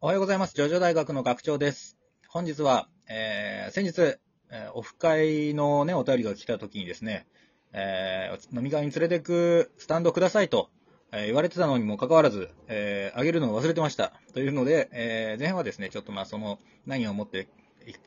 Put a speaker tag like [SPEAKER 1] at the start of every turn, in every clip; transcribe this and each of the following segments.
[SPEAKER 1] おはようございます。ジョジョ大学の学長です。本日は、えー先日、えーオフ会のね、お便りが来た時にですね、えー飲み会に連れてくスタンドくださいと、えー言われてたのにもかかわらず、えーあげるのを忘れてました。というので、えー前半はですね、ちょっとまあその、何を持って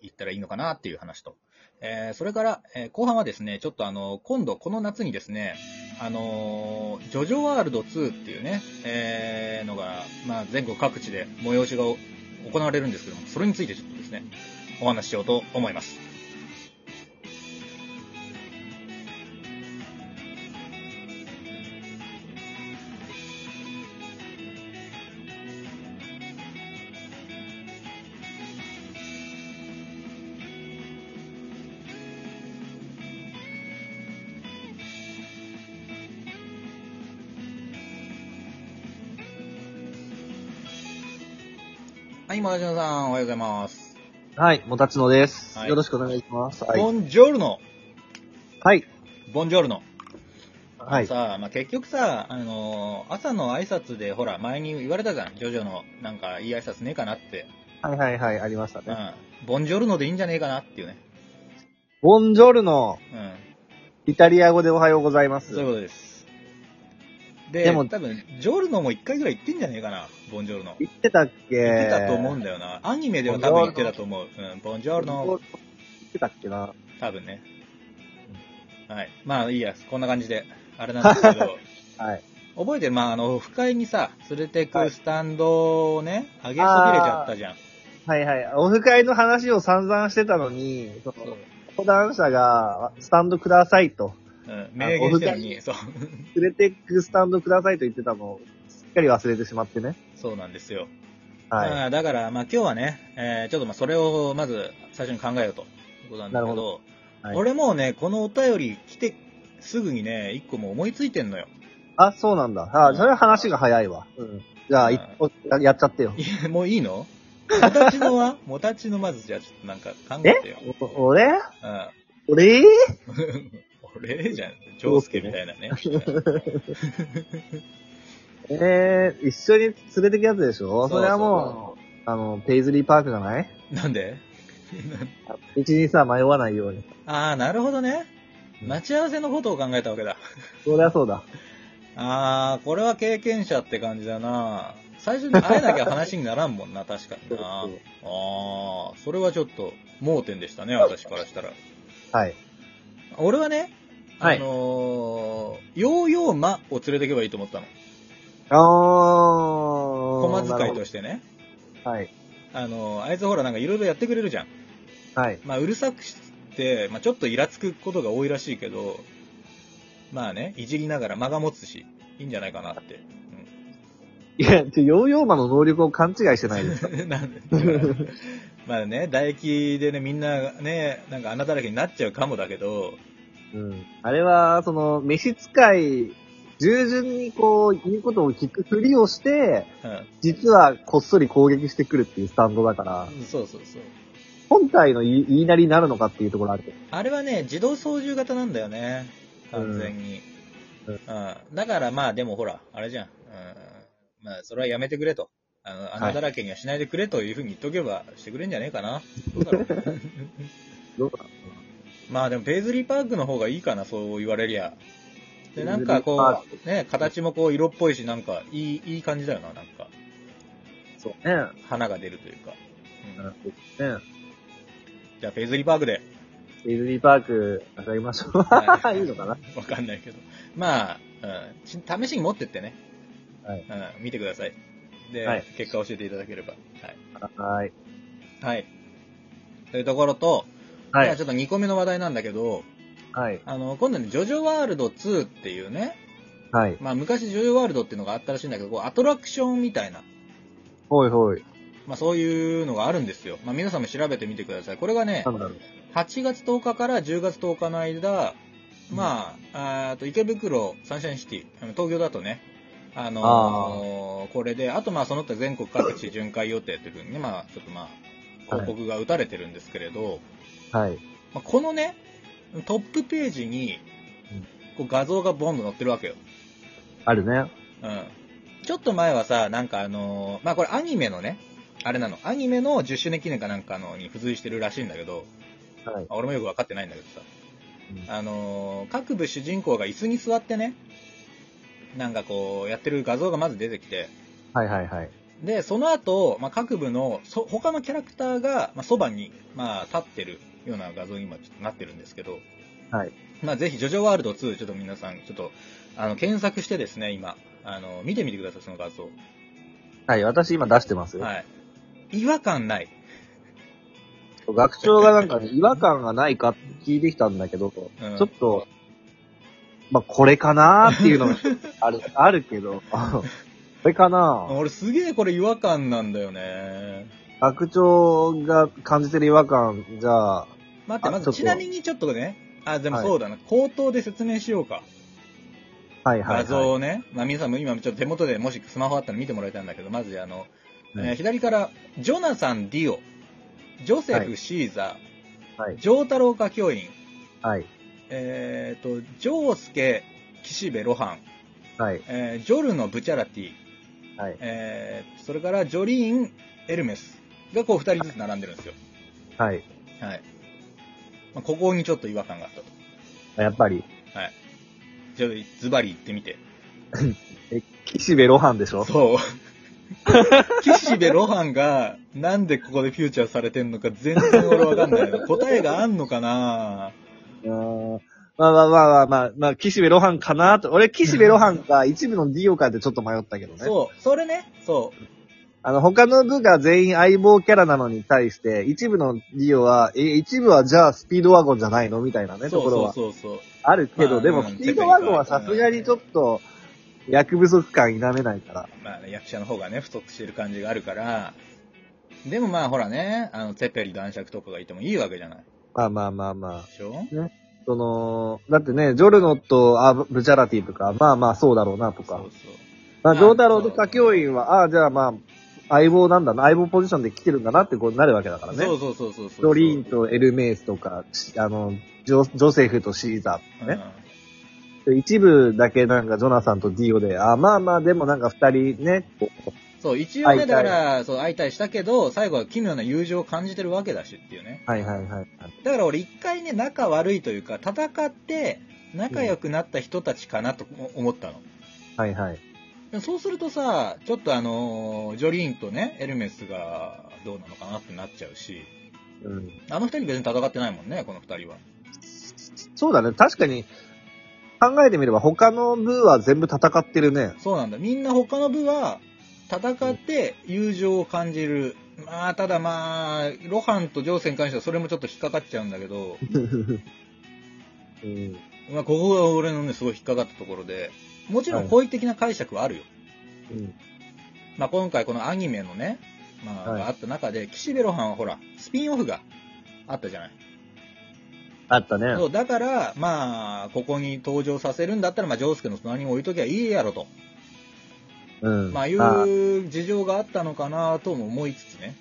[SPEAKER 1] いいったらいいのかなっていう話と、えーそれから、えー後半はですね、ちょっとあの、今度この夏にですね、あのージョジョワールド2っていうね、えーのが、まあ、全国各地で催しがお行われるんですけども、それについてちょっとですね、お話ししようと思います。はい、マダジノさん、おはようございます。
[SPEAKER 2] はい、もたちのです、
[SPEAKER 1] はい
[SPEAKER 2] よろしくお願いします。は
[SPEAKER 1] ボ
[SPEAKER 2] い。
[SPEAKER 1] ンジョルノ、
[SPEAKER 2] はい。
[SPEAKER 1] ボンジョルノ。
[SPEAKER 2] はい。
[SPEAKER 1] さあ、まあ、結局さ、あのー朝の挨拶で、ほら、前に言われたじゃん。ジョジョの、なんか、いい挨拶ねえかなって。
[SPEAKER 2] はいはいはい、ありました
[SPEAKER 1] う
[SPEAKER 2] ね。
[SPEAKER 1] ん。ボンジョルノでいいんじゃねえかなっていうね。
[SPEAKER 2] ボンジョルの
[SPEAKER 1] うん。
[SPEAKER 2] イタリア語でおはようございま
[SPEAKER 1] そうい
[SPEAKER 2] す
[SPEAKER 1] う。ことです。で、
[SPEAKER 2] で
[SPEAKER 1] も
[SPEAKER 2] も
[SPEAKER 1] 多分、ジョルノも一回ぐらい言ってんじゃねえかな、ボンジョルノ。
[SPEAKER 2] 言ってたっけ
[SPEAKER 1] 言ってたと思うんだよな。アニメでは多分言ってたと思う。うん、ボンジョル
[SPEAKER 2] ボン
[SPEAKER 1] ノ、
[SPEAKER 2] ジョルノ言ってたっけな。
[SPEAKER 1] 多分ね。はい。まあいいや、こんな感じで、あれなんですけど、
[SPEAKER 2] はい。
[SPEAKER 1] 覚えてる、まああの、不快にさ、連れてくスタンドをね、上げそびれちゃったじゃん。
[SPEAKER 2] はいはい。オフ会の話を散々してたのに、その登壇者が、スタンドくださいと、
[SPEAKER 1] うん、明言してるのに、そう。
[SPEAKER 2] 連れてくスタンドくださいと言ってたのを、すっかり忘れてしまってね。
[SPEAKER 1] そうなんですよ。
[SPEAKER 2] は
[SPEAKER 1] まあだから、まあ今日はね、えーちょっとまあそれをまず最初に考えようということなんだけ
[SPEAKER 2] な
[SPEAKER 1] ど、
[SPEAKER 2] るほい。はい、
[SPEAKER 1] 俺もうね、このお便り来てすぐにね、一個もう思いついてんのよ。
[SPEAKER 2] あ、そうなんだ。あ、それは話が早いわ。うん。じゃあ、いややっちゃってよ。
[SPEAKER 1] いや、もういいのもたちの はもたちのまずじゃあちょっとなんか考えてよ。
[SPEAKER 2] お俺
[SPEAKER 1] うん。
[SPEAKER 2] 俺
[SPEAKER 1] 俺じゃん。長介みたいなね。
[SPEAKER 2] ええ一緒に連れてくやつでしょ
[SPEAKER 1] そう
[SPEAKER 2] それはもう、あの、ペイズリーパークじゃない
[SPEAKER 1] なんで
[SPEAKER 2] 道にさ、迷わないように。
[SPEAKER 1] ああ、なるほどね。待ち合わせのことを考えたわけだ。
[SPEAKER 2] そりゃそうだ。
[SPEAKER 1] ああ、これは経験者って感じだな。最初に会えなきゃ話にならんもん な、確かにな。ああ、それはちょっと盲点でしたね、私からしたら。
[SPEAKER 2] はい。
[SPEAKER 1] 俺はね、
[SPEAKER 2] は
[SPEAKER 1] あ
[SPEAKER 2] い
[SPEAKER 1] のー、ヨーヨーマを連れてけばいいと思ったの。
[SPEAKER 2] あー。
[SPEAKER 1] 駒遣い
[SPEAKER 2] な
[SPEAKER 1] と
[SPEAKER 2] る
[SPEAKER 1] してね。
[SPEAKER 2] ほどはい。
[SPEAKER 1] あのー、あいつほらなんかいろいろやってくれるじゃん。
[SPEAKER 2] はい。
[SPEAKER 1] まあ、うるさくして、まあ、ちょっとイラつくことが多いらしいけど、まあね、いじりながら間が持つし、いいんじゃないかな って。
[SPEAKER 2] いや、ちょ、ヨーヨーマの能力を勘違いしてないで すか
[SPEAKER 1] なんでまあね、唾液でね、みんなね、なんか穴だらけになっちゃうかもだけど、
[SPEAKER 2] うん。あれは、その、飯使い、従順にこう、言うことを聞くふりをして、
[SPEAKER 1] う
[SPEAKER 2] 実はこっそり攻撃してくるっていうスタンドだから、
[SPEAKER 1] ん、そうそうそう。
[SPEAKER 2] 本体の言い言いなりになるのかっていうところあるけど。
[SPEAKER 1] あれはね、自動操縦型なんだよね。完全に。う。
[SPEAKER 2] うんん
[SPEAKER 1] だからまあ、でもほら、あれじゃん。うん。まあ、それはやめてくれと。あの、穴だらけにはしないでくれというふうに言っとけばしてくれんじゃねえか な。どうだろう
[SPEAKER 2] どうかな
[SPEAKER 1] まあでも、ペイズリーパークの方がいいかな、そう言われりゃ。で、なんか
[SPEAKER 2] ペイズリー
[SPEAKER 1] こ
[SPEAKER 2] パ
[SPEAKER 1] う、ね、形もこう、色っぽいし、なんか、いい、いい感じだよな、なんか。
[SPEAKER 2] そうね。
[SPEAKER 1] 花が出るというか。うん
[SPEAKER 2] ね。デ
[SPEAKER 1] じゃあ、ペイズリーパークで。
[SPEAKER 2] ィズニーパーク上がりましょう。
[SPEAKER 1] はい
[SPEAKER 2] い、いのかな
[SPEAKER 1] わかんないけど。まあ、うんち、試しに持ってってね。
[SPEAKER 2] はい
[SPEAKER 1] うん、見てください。で、
[SPEAKER 2] はい
[SPEAKER 1] 結果教えていただければ。はい。
[SPEAKER 2] はい。
[SPEAKER 1] はい。というところと、
[SPEAKER 2] は
[SPEAKER 1] じゃあ
[SPEAKER 2] い。
[SPEAKER 1] ちょっと2個目の話題なんだけど、
[SPEAKER 2] はい。
[SPEAKER 1] あの、今度ね、ジョジョワールド2っていうね、
[SPEAKER 2] はい。
[SPEAKER 1] まあ昔ジョジョワールドっていうのがあったらしいんだけど、こうアトラクションみたいな、
[SPEAKER 2] ほいほい。
[SPEAKER 1] まあそういうのがあるんですよ。まあ皆さんも調べてみてください。これがね
[SPEAKER 2] な、んだろう。
[SPEAKER 1] 8月10日から10月10日の間、まあ、あーと池袋、サンシャインシティ、あの東京だとね、あのーこれで、あとまあその他全国各地巡回予定というふうにね、まあちょっとまあ、
[SPEAKER 2] はい
[SPEAKER 1] 広告が打たれてるんですけれど、
[SPEAKER 2] はい。
[SPEAKER 1] まあ、このね、トップページに
[SPEAKER 2] うん、
[SPEAKER 1] こう画像がボンと載ってるわけよ。
[SPEAKER 2] あるね。
[SPEAKER 1] うん。ちょっと前はさ、なんかあのーまあこれアニメのね、あれなの、アニメの10周年記念かなんかのに付随してるらしいんだけど、
[SPEAKER 2] は
[SPEAKER 1] ま
[SPEAKER 2] い。
[SPEAKER 1] あ俺もよく分かってないんだけどさ、
[SPEAKER 2] うん
[SPEAKER 1] あのー各部主人公が椅子に座ってね、なんかこう、やってる画像がまず出てきて、
[SPEAKER 2] はいはいはい。
[SPEAKER 1] で、その後、まあ、各部のそ他のキャラクターが、まあ、そばに、まあ、立ってるような画像に今ちょっとなってるんですけど、
[SPEAKER 2] はい。
[SPEAKER 1] まあ、ぜひ、ジョジョワールド2、ちょっと皆さん、ちょっと、あの、検索してですね、今、あの、見てみてください、その画像。
[SPEAKER 2] はい、私今出してますよ。
[SPEAKER 1] はい。違和感ない。
[SPEAKER 2] 学長がなんかね、違和感がないかって聞いてきたんだけど、
[SPEAKER 1] うん
[SPEAKER 2] ちょっと、まあ、これかなーっていうの もある、あるけど、 これかなー
[SPEAKER 1] 俺すげえこれ違和感なんだよね。
[SPEAKER 2] 学長が感じてる違和感、じゃあ、
[SPEAKER 1] 待って、
[SPEAKER 2] あ
[SPEAKER 1] まず
[SPEAKER 2] ちょっと
[SPEAKER 1] ちなみにちょっとね、あ、でも
[SPEAKER 2] はい
[SPEAKER 1] そうだな、口頭で説明しようか。
[SPEAKER 2] はいはい、はい。
[SPEAKER 1] 画像をね、まあ皆さんも今ちょっと手元でもしスマホあったら見てもらいたいんだけど、まずあの、
[SPEAKER 2] うん
[SPEAKER 1] えー左から、ジョナサン・ディオ、ジョセフ・シーザー、
[SPEAKER 2] はい
[SPEAKER 1] ジョータロウ科教員、
[SPEAKER 2] はい。
[SPEAKER 1] えっ、と、ジョースケ・岸辺露伴、
[SPEAKER 2] はい。
[SPEAKER 1] えージョルノ・ブチャラティ、
[SPEAKER 2] はい。
[SPEAKER 1] えーそれからジョリーン・エルメスがこう二人ずつ並んでるんですよ。
[SPEAKER 2] はい。
[SPEAKER 1] はい。まあ、ここにちょっと違和感があったと。
[SPEAKER 2] やっぱり、
[SPEAKER 1] じゃあ、ズバリ言ってみて。
[SPEAKER 2] 岸辺露伴でしょ
[SPEAKER 1] そう。岸辺露伴がなんでここでフューチャーされてんのか全然俺わかんないな。答えがあんのかな
[SPEAKER 2] うーんまあまあまあまあまあ、まあ、岸辺露伴かなーと。俺、岸辺露伴か、一部のディオかってちょっと迷ったけどね。
[SPEAKER 1] そう、それね、そう。
[SPEAKER 2] あの、他の部が全員相棒キャラなのに対して、一部のディオは、え、一部はじゃあスピードワゴンじゃないのみたいなね、と
[SPEAKER 1] そ
[SPEAKER 2] こ
[SPEAKER 1] う
[SPEAKER 2] ろ
[SPEAKER 1] そう
[SPEAKER 2] は
[SPEAKER 1] そうそう。
[SPEAKER 2] あるけど、
[SPEAKER 1] まあ
[SPEAKER 2] でも
[SPEAKER 1] うん
[SPEAKER 2] スピードワゴンはさすがにちょっと、役不足感否めないから。
[SPEAKER 1] まあね、役者の方がね、不足してる感じがあるから、でもまあほらね、あの、ツェペリ男爵とかがいてもいいわけじゃない。
[SPEAKER 2] まあまあまあまあ。
[SPEAKER 1] でしょ
[SPEAKER 2] その、だってね、ジョルノとアブチャラティとか、まあまあそうだろうなと
[SPEAKER 1] そ
[SPEAKER 2] か
[SPEAKER 1] う。そう。
[SPEAKER 2] まあ、
[SPEAKER 1] あ
[SPEAKER 2] ジョータロウと歌教員は、ああー、じゃあまあ、相棒なんだな、相棒ポジションで来てるんだなってことになるわけだからね。
[SPEAKER 1] そうそうそうそうそう。
[SPEAKER 2] ドリーンとエルメイスとか、しあの、ジョジョセフとシーザーとかね。
[SPEAKER 1] うん
[SPEAKER 2] で一部だけなんかジョナサンとディオで、あまあまあでもなんか二人ね、こう
[SPEAKER 1] そう、一応ね、
[SPEAKER 2] 相対
[SPEAKER 1] だから、そう、相対したけど、最後は奇妙な友情を感じてるわけだしっていうね。
[SPEAKER 2] はいはいはい。
[SPEAKER 1] だから俺一回ね、仲悪いというか、戦って、仲良くなった人たちかなと思ったの。
[SPEAKER 2] はいはい。
[SPEAKER 1] でもそうするとさ、ちょっとあのージョリーンとね、エルメスがどうなのかなってなっちゃうし、
[SPEAKER 2] うん。
[SPEAKER 1] あの二人別に戦ってないもんね、この二人は。
[SPEAKER 2] そうだね、確かに、考えてみれば他の部は全部戦ってるね。
[SPEAKER 1] そうなんだ。みんな他の部は、戦って友情を感じる。まあ、ただまあ、ロハンとジョーセに関してはそれもちょっと引っかかっちゃうんだけど、
[SPEAKER 2] うん。
[SPEAKER 1] まあ、ここが俺のね、すごい引っかかったところで、もちろん好意的な解釈はあるよ。
[SPEAKER 2] うん。
[SPEAKER 1] まあ、今回このアニメのね、まあ、
[SPEAKER 2] はい
[SPEAKER 1] があった中で、岸辺露伴はほら、スピンオフがあったじゃない。
[SPEAKER 2] あったね。
[SPEAKER 1] そう、だから、まあ、ここに登場させるんだったら、まあ、ジョースケの隣に置いときゃいいやろと、
[SPEAKER 2] うん。
[SPEAKER 1] まあ、い
[SPEAKER 2] まあ、
[SPEAKER 1] う事情があったのかなとも思いつつね。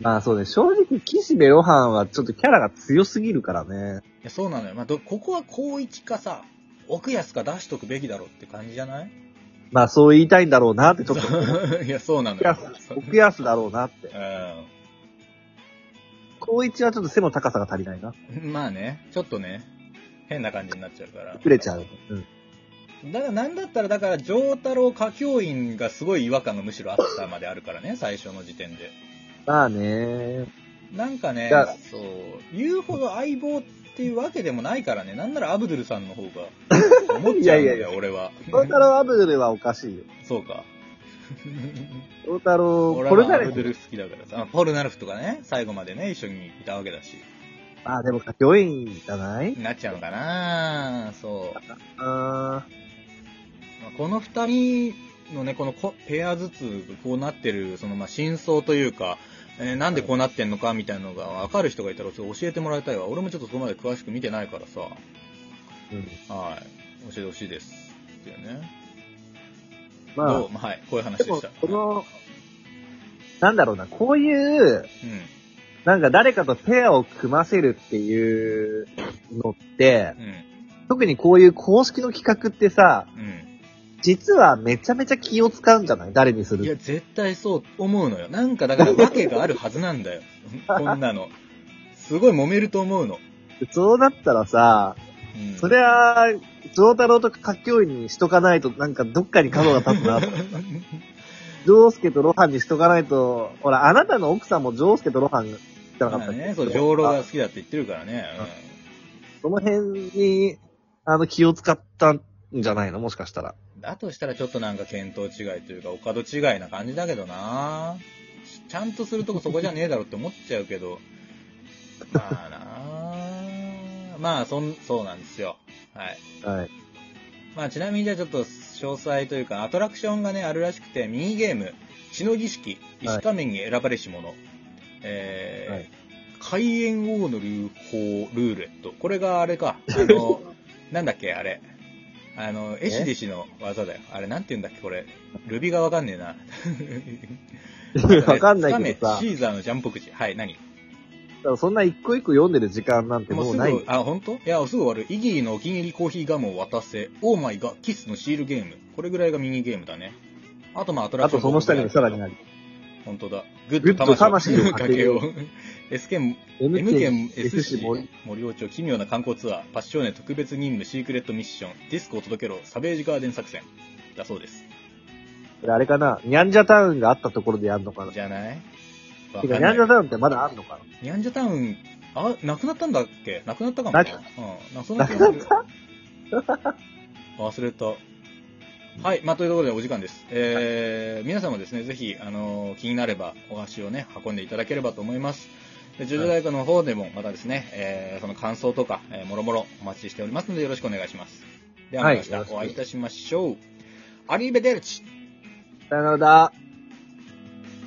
[SPEAKER 2] まあそうね、正直、岸辺露伴はちょっとキャラが強すぎるからね。
[SPEAKER 1] いや、そうなのよ。まあ、どここは高一かさ、奥安か出しとくべきだろって感じじゃない
[SPEAKER 2] まあそう言いたいんだろうなって、ちょっと、
[SPEAKER 1] そういや、そうなの
[SPEAKER 2] 奥
[SPEAKER 1] よ
[SPEAKER 2] 安。、奥安だろうなって。
[SPEAKER 1] う
[SPEAKER 2] 高一はちょっと背の高さが足りないな。
[SPEAKER 1] ん。まあね、ちょっとね、変な感じになっちゃうから。
[SPEAKER 2] くれちゃう。うん。
[SPEAKER 1] だから、なんだったら、だから、上太郎歌教員がすごい違和感がむしろあったまであるからね、最初の時点で。
[SPEAKER 2] まあね。
[SPEAKER 1] なんかね
[SPEAKER 2] だから、
[SPEAKER 1] そう、言うほど相棒っていうわけでもないからね、なんならアブドゥルさんの方 が、思っちゃうん
[SPEAKER 2] いや
[SPEAKER 1] だ
[SPEAKER 2] いや
[SPEAKER 1] よ、
[SPEAKER 2] い
[SPEAKER 1] 俺は。
[SPEAKER 2] トータローアブドゥルはおかしいよ。
[SPEAKER 1] そうか。
[SPEAKER 2] トータロー、
[SPEAKER 1] 俺
[SPEAKER 2] ポル
[SPEAKER 1] は
[SPEAKER 2] ナ
[SPEAKER 1] ア
[SPEAKER 2] レ
[SPEAKER 1] ブドゥ
[SPEAKER 2] フ。
[SPEAKER 1] ル好きだからさ、あポルナルフとかね、最後までね、一緒にいたわけだし、
[SPEAKER 2] あ、でも、歌教員じゃない
[SPEAKER 1] なっちゃうのかなそう。ま
[SPEAKER 2] あ
[SPEAKER 1] あこの二人のね、このこペアずつこうなってる、そのまあ真相というか、えーなんでこうなってんのかみたいなのが分かる人がいたらちょっと教えてもらいたいわ。俺もちょっとそこまで詳しく見てないからさ、
[SPEAKER 2] ーうん。
[SPEAKER 1] はい。教えてほしいです。っていうね。
[SPEAKER 2] ま
[SPEAKER 1] どう
[SPEAKER 2] あ、
[SPEAKER 1] まあ、はい。こういう話
[SPEAKER 2] で
[SPEAKER 1] で
[SPEAKER 2] も
[SPEAKER 1] した。、
[SPEAKER 2] この、なんだろうな、こういう、
[SPEAKER 1] う
[SPEAKER 2] なんか誰かとペアを組ませるっていうのって、
[SPEAKER 1] ん、うん、
[SPEAKER 2] 特にこういう公式の企画ってさ、
[SPEAKER 1] うん。
[SPEAKER 2] 実はめちゃめちゃ気を使うんじゃない誰にす
[SPEAKER 1] いや、
[SPEAKER 2] る
[SPEAKER 1] 絶対そう思うのよ。なんかだから訳があるはずなんだよ。 こんなの。すごい揉めると思うの。
[SPEAKER 2] そうなったらさ、
[SPEAKER 1] うん、
[SPEAKER 2] そりゃあ、上太郎とか歌教員にしとかないと、なんかどっかに角が立 つな。上介と露伴にしとかないと、ほら、あなたの奥さんも上介と露伴じゃなか
[SPEAKER 1] ま
[SPEAKER 2] った
[SPEAKER 1] あ
[SPEAKER 2] っけ
[SPEAKER 1] ね、そう、上路が好きだって言ってるからね。
[SPEAKER 2] その辺に、あの、気を使ったんじゃないのもしかしたら。
[SPEAKER 1] うんだとしたらちょっとなんか見当違いというか、お門違いな感じだけどなちゃんとするとこそこじゃねえだろって思っちゃうけど。まあなまあ、そん、そうなんですよ。はい。
[SPEAKER 2] はい。
[SPEAKER 1] まあ、ちなみにじゃあちょっと詳細というか、アトラクションがね、あるらしくて、ミニゲーム、血の儀式、
[SPEAKER 2] はい
[SPEAKER 1] 石仮面に選ばれし者、えー
[SPEAKER 2] はい
[SPEAKER 1] 開演王の流法ルーレット。これがあれか、あ の、なんだっけ、あれ。あの、エシデシの技だよ。あれ、なんて言うんだっけ、これ。ルビがわかんねえな。
[SPEAKER 2] わかんないけど
[SPEAKER 1] 石
[SPEAKER 2] さ
[SPEAKER 1] 仮、面シーザーのジャンプ口。はい、何
[SPEAKER 2] だからそんな一個一個読んでる時間なんて
[SPEAKER 1] もう
[SPEAKER 2] もう
[SPEAKER 1] す
[SPEAKER 2] ない。
[SPEAKER 1] ぐ、あ、本当？いや、すぐ終わる。イギーのお気に入りコーヒーガムを渡せ、オーマイがキスのシールゲーム。これぐらいがミニゲームだね。あとまあアトラ
[SPEAKER 2] あ
[SPEAKER 1] クショ
[SPEAKER 2] と
[SPEAKER 1] ン。
[SPEAKER 2] その下にもさらにある。
[SPEAKER 1] 本当だ。グ
[SPEAKER 2] ッド魂を
[SPEAKER 1] か
[SPEAKER 2] か
[SPEAKER 1] け
[SPEAKER 2] け
[SPEAKER 1] よ
[SPEAKER 2] よ
[SPEAKER 1] う
[SPEAKER 2] う。
[SPEAKER 1] S 県、
[SPEAKER 2] M
[SPEAKER 1] M 県
[SPEAKER 2] 県
[SPEAKER 1] S
[SPEAKER 2] S
[SPEAKER 1] 市
[SPEAKER 2] 市森。
[SPEAKER 1] 森王町奇妙な観光ツアー、パッションネ特別任務シークレットミッション、ディスコを届けろ、サベージガーデン作戦。だそうです。
[SPEAKER 2] これあれかな、ニャンジャタウンがあったところでやんのかな。
[SPEAKER 1] じゃないわ
[SPEAKER 2] て
[SPEAKER 1] か
[SPEAKER 2] か、
[SPEAKER 1] ん
[SPEAKER 2] ニ
[SPEAKER 1] な
[SPEAKER 2] ャン
[SPEAKER 1] い
[SPEAKER 2] ジャタウンってまだあんのか
[SPEAKER 1] ニャンジャタウン、あ、なくなったんだっけなくなったかも
[SPEAKER 2] な
[SPEAKER 1] な。
[SPEAKER 2] く
[SPEAKER 1] うん。なくなった忘れた。はい。まあ、ということでお時間です。えー皆さんもですね、ぜひ、あのー気になればお箸をね、運んでいただければと思います。で、ジョジョ大学の方でも、またですね、えーその感想とか、えーもろもろお待ちしておりますので、よろしくお願いします。では、ま
[SPEAKER 2] はい
[SPEAKER 1] た明
[SPEAKER 2] よろ
[SPEAKER 1] 日
[SPEAKER 2] しく
[SPEAKER 1] お会いいたしましょう。アリーベデルチ
[SPEAKER 2] なさよならだ。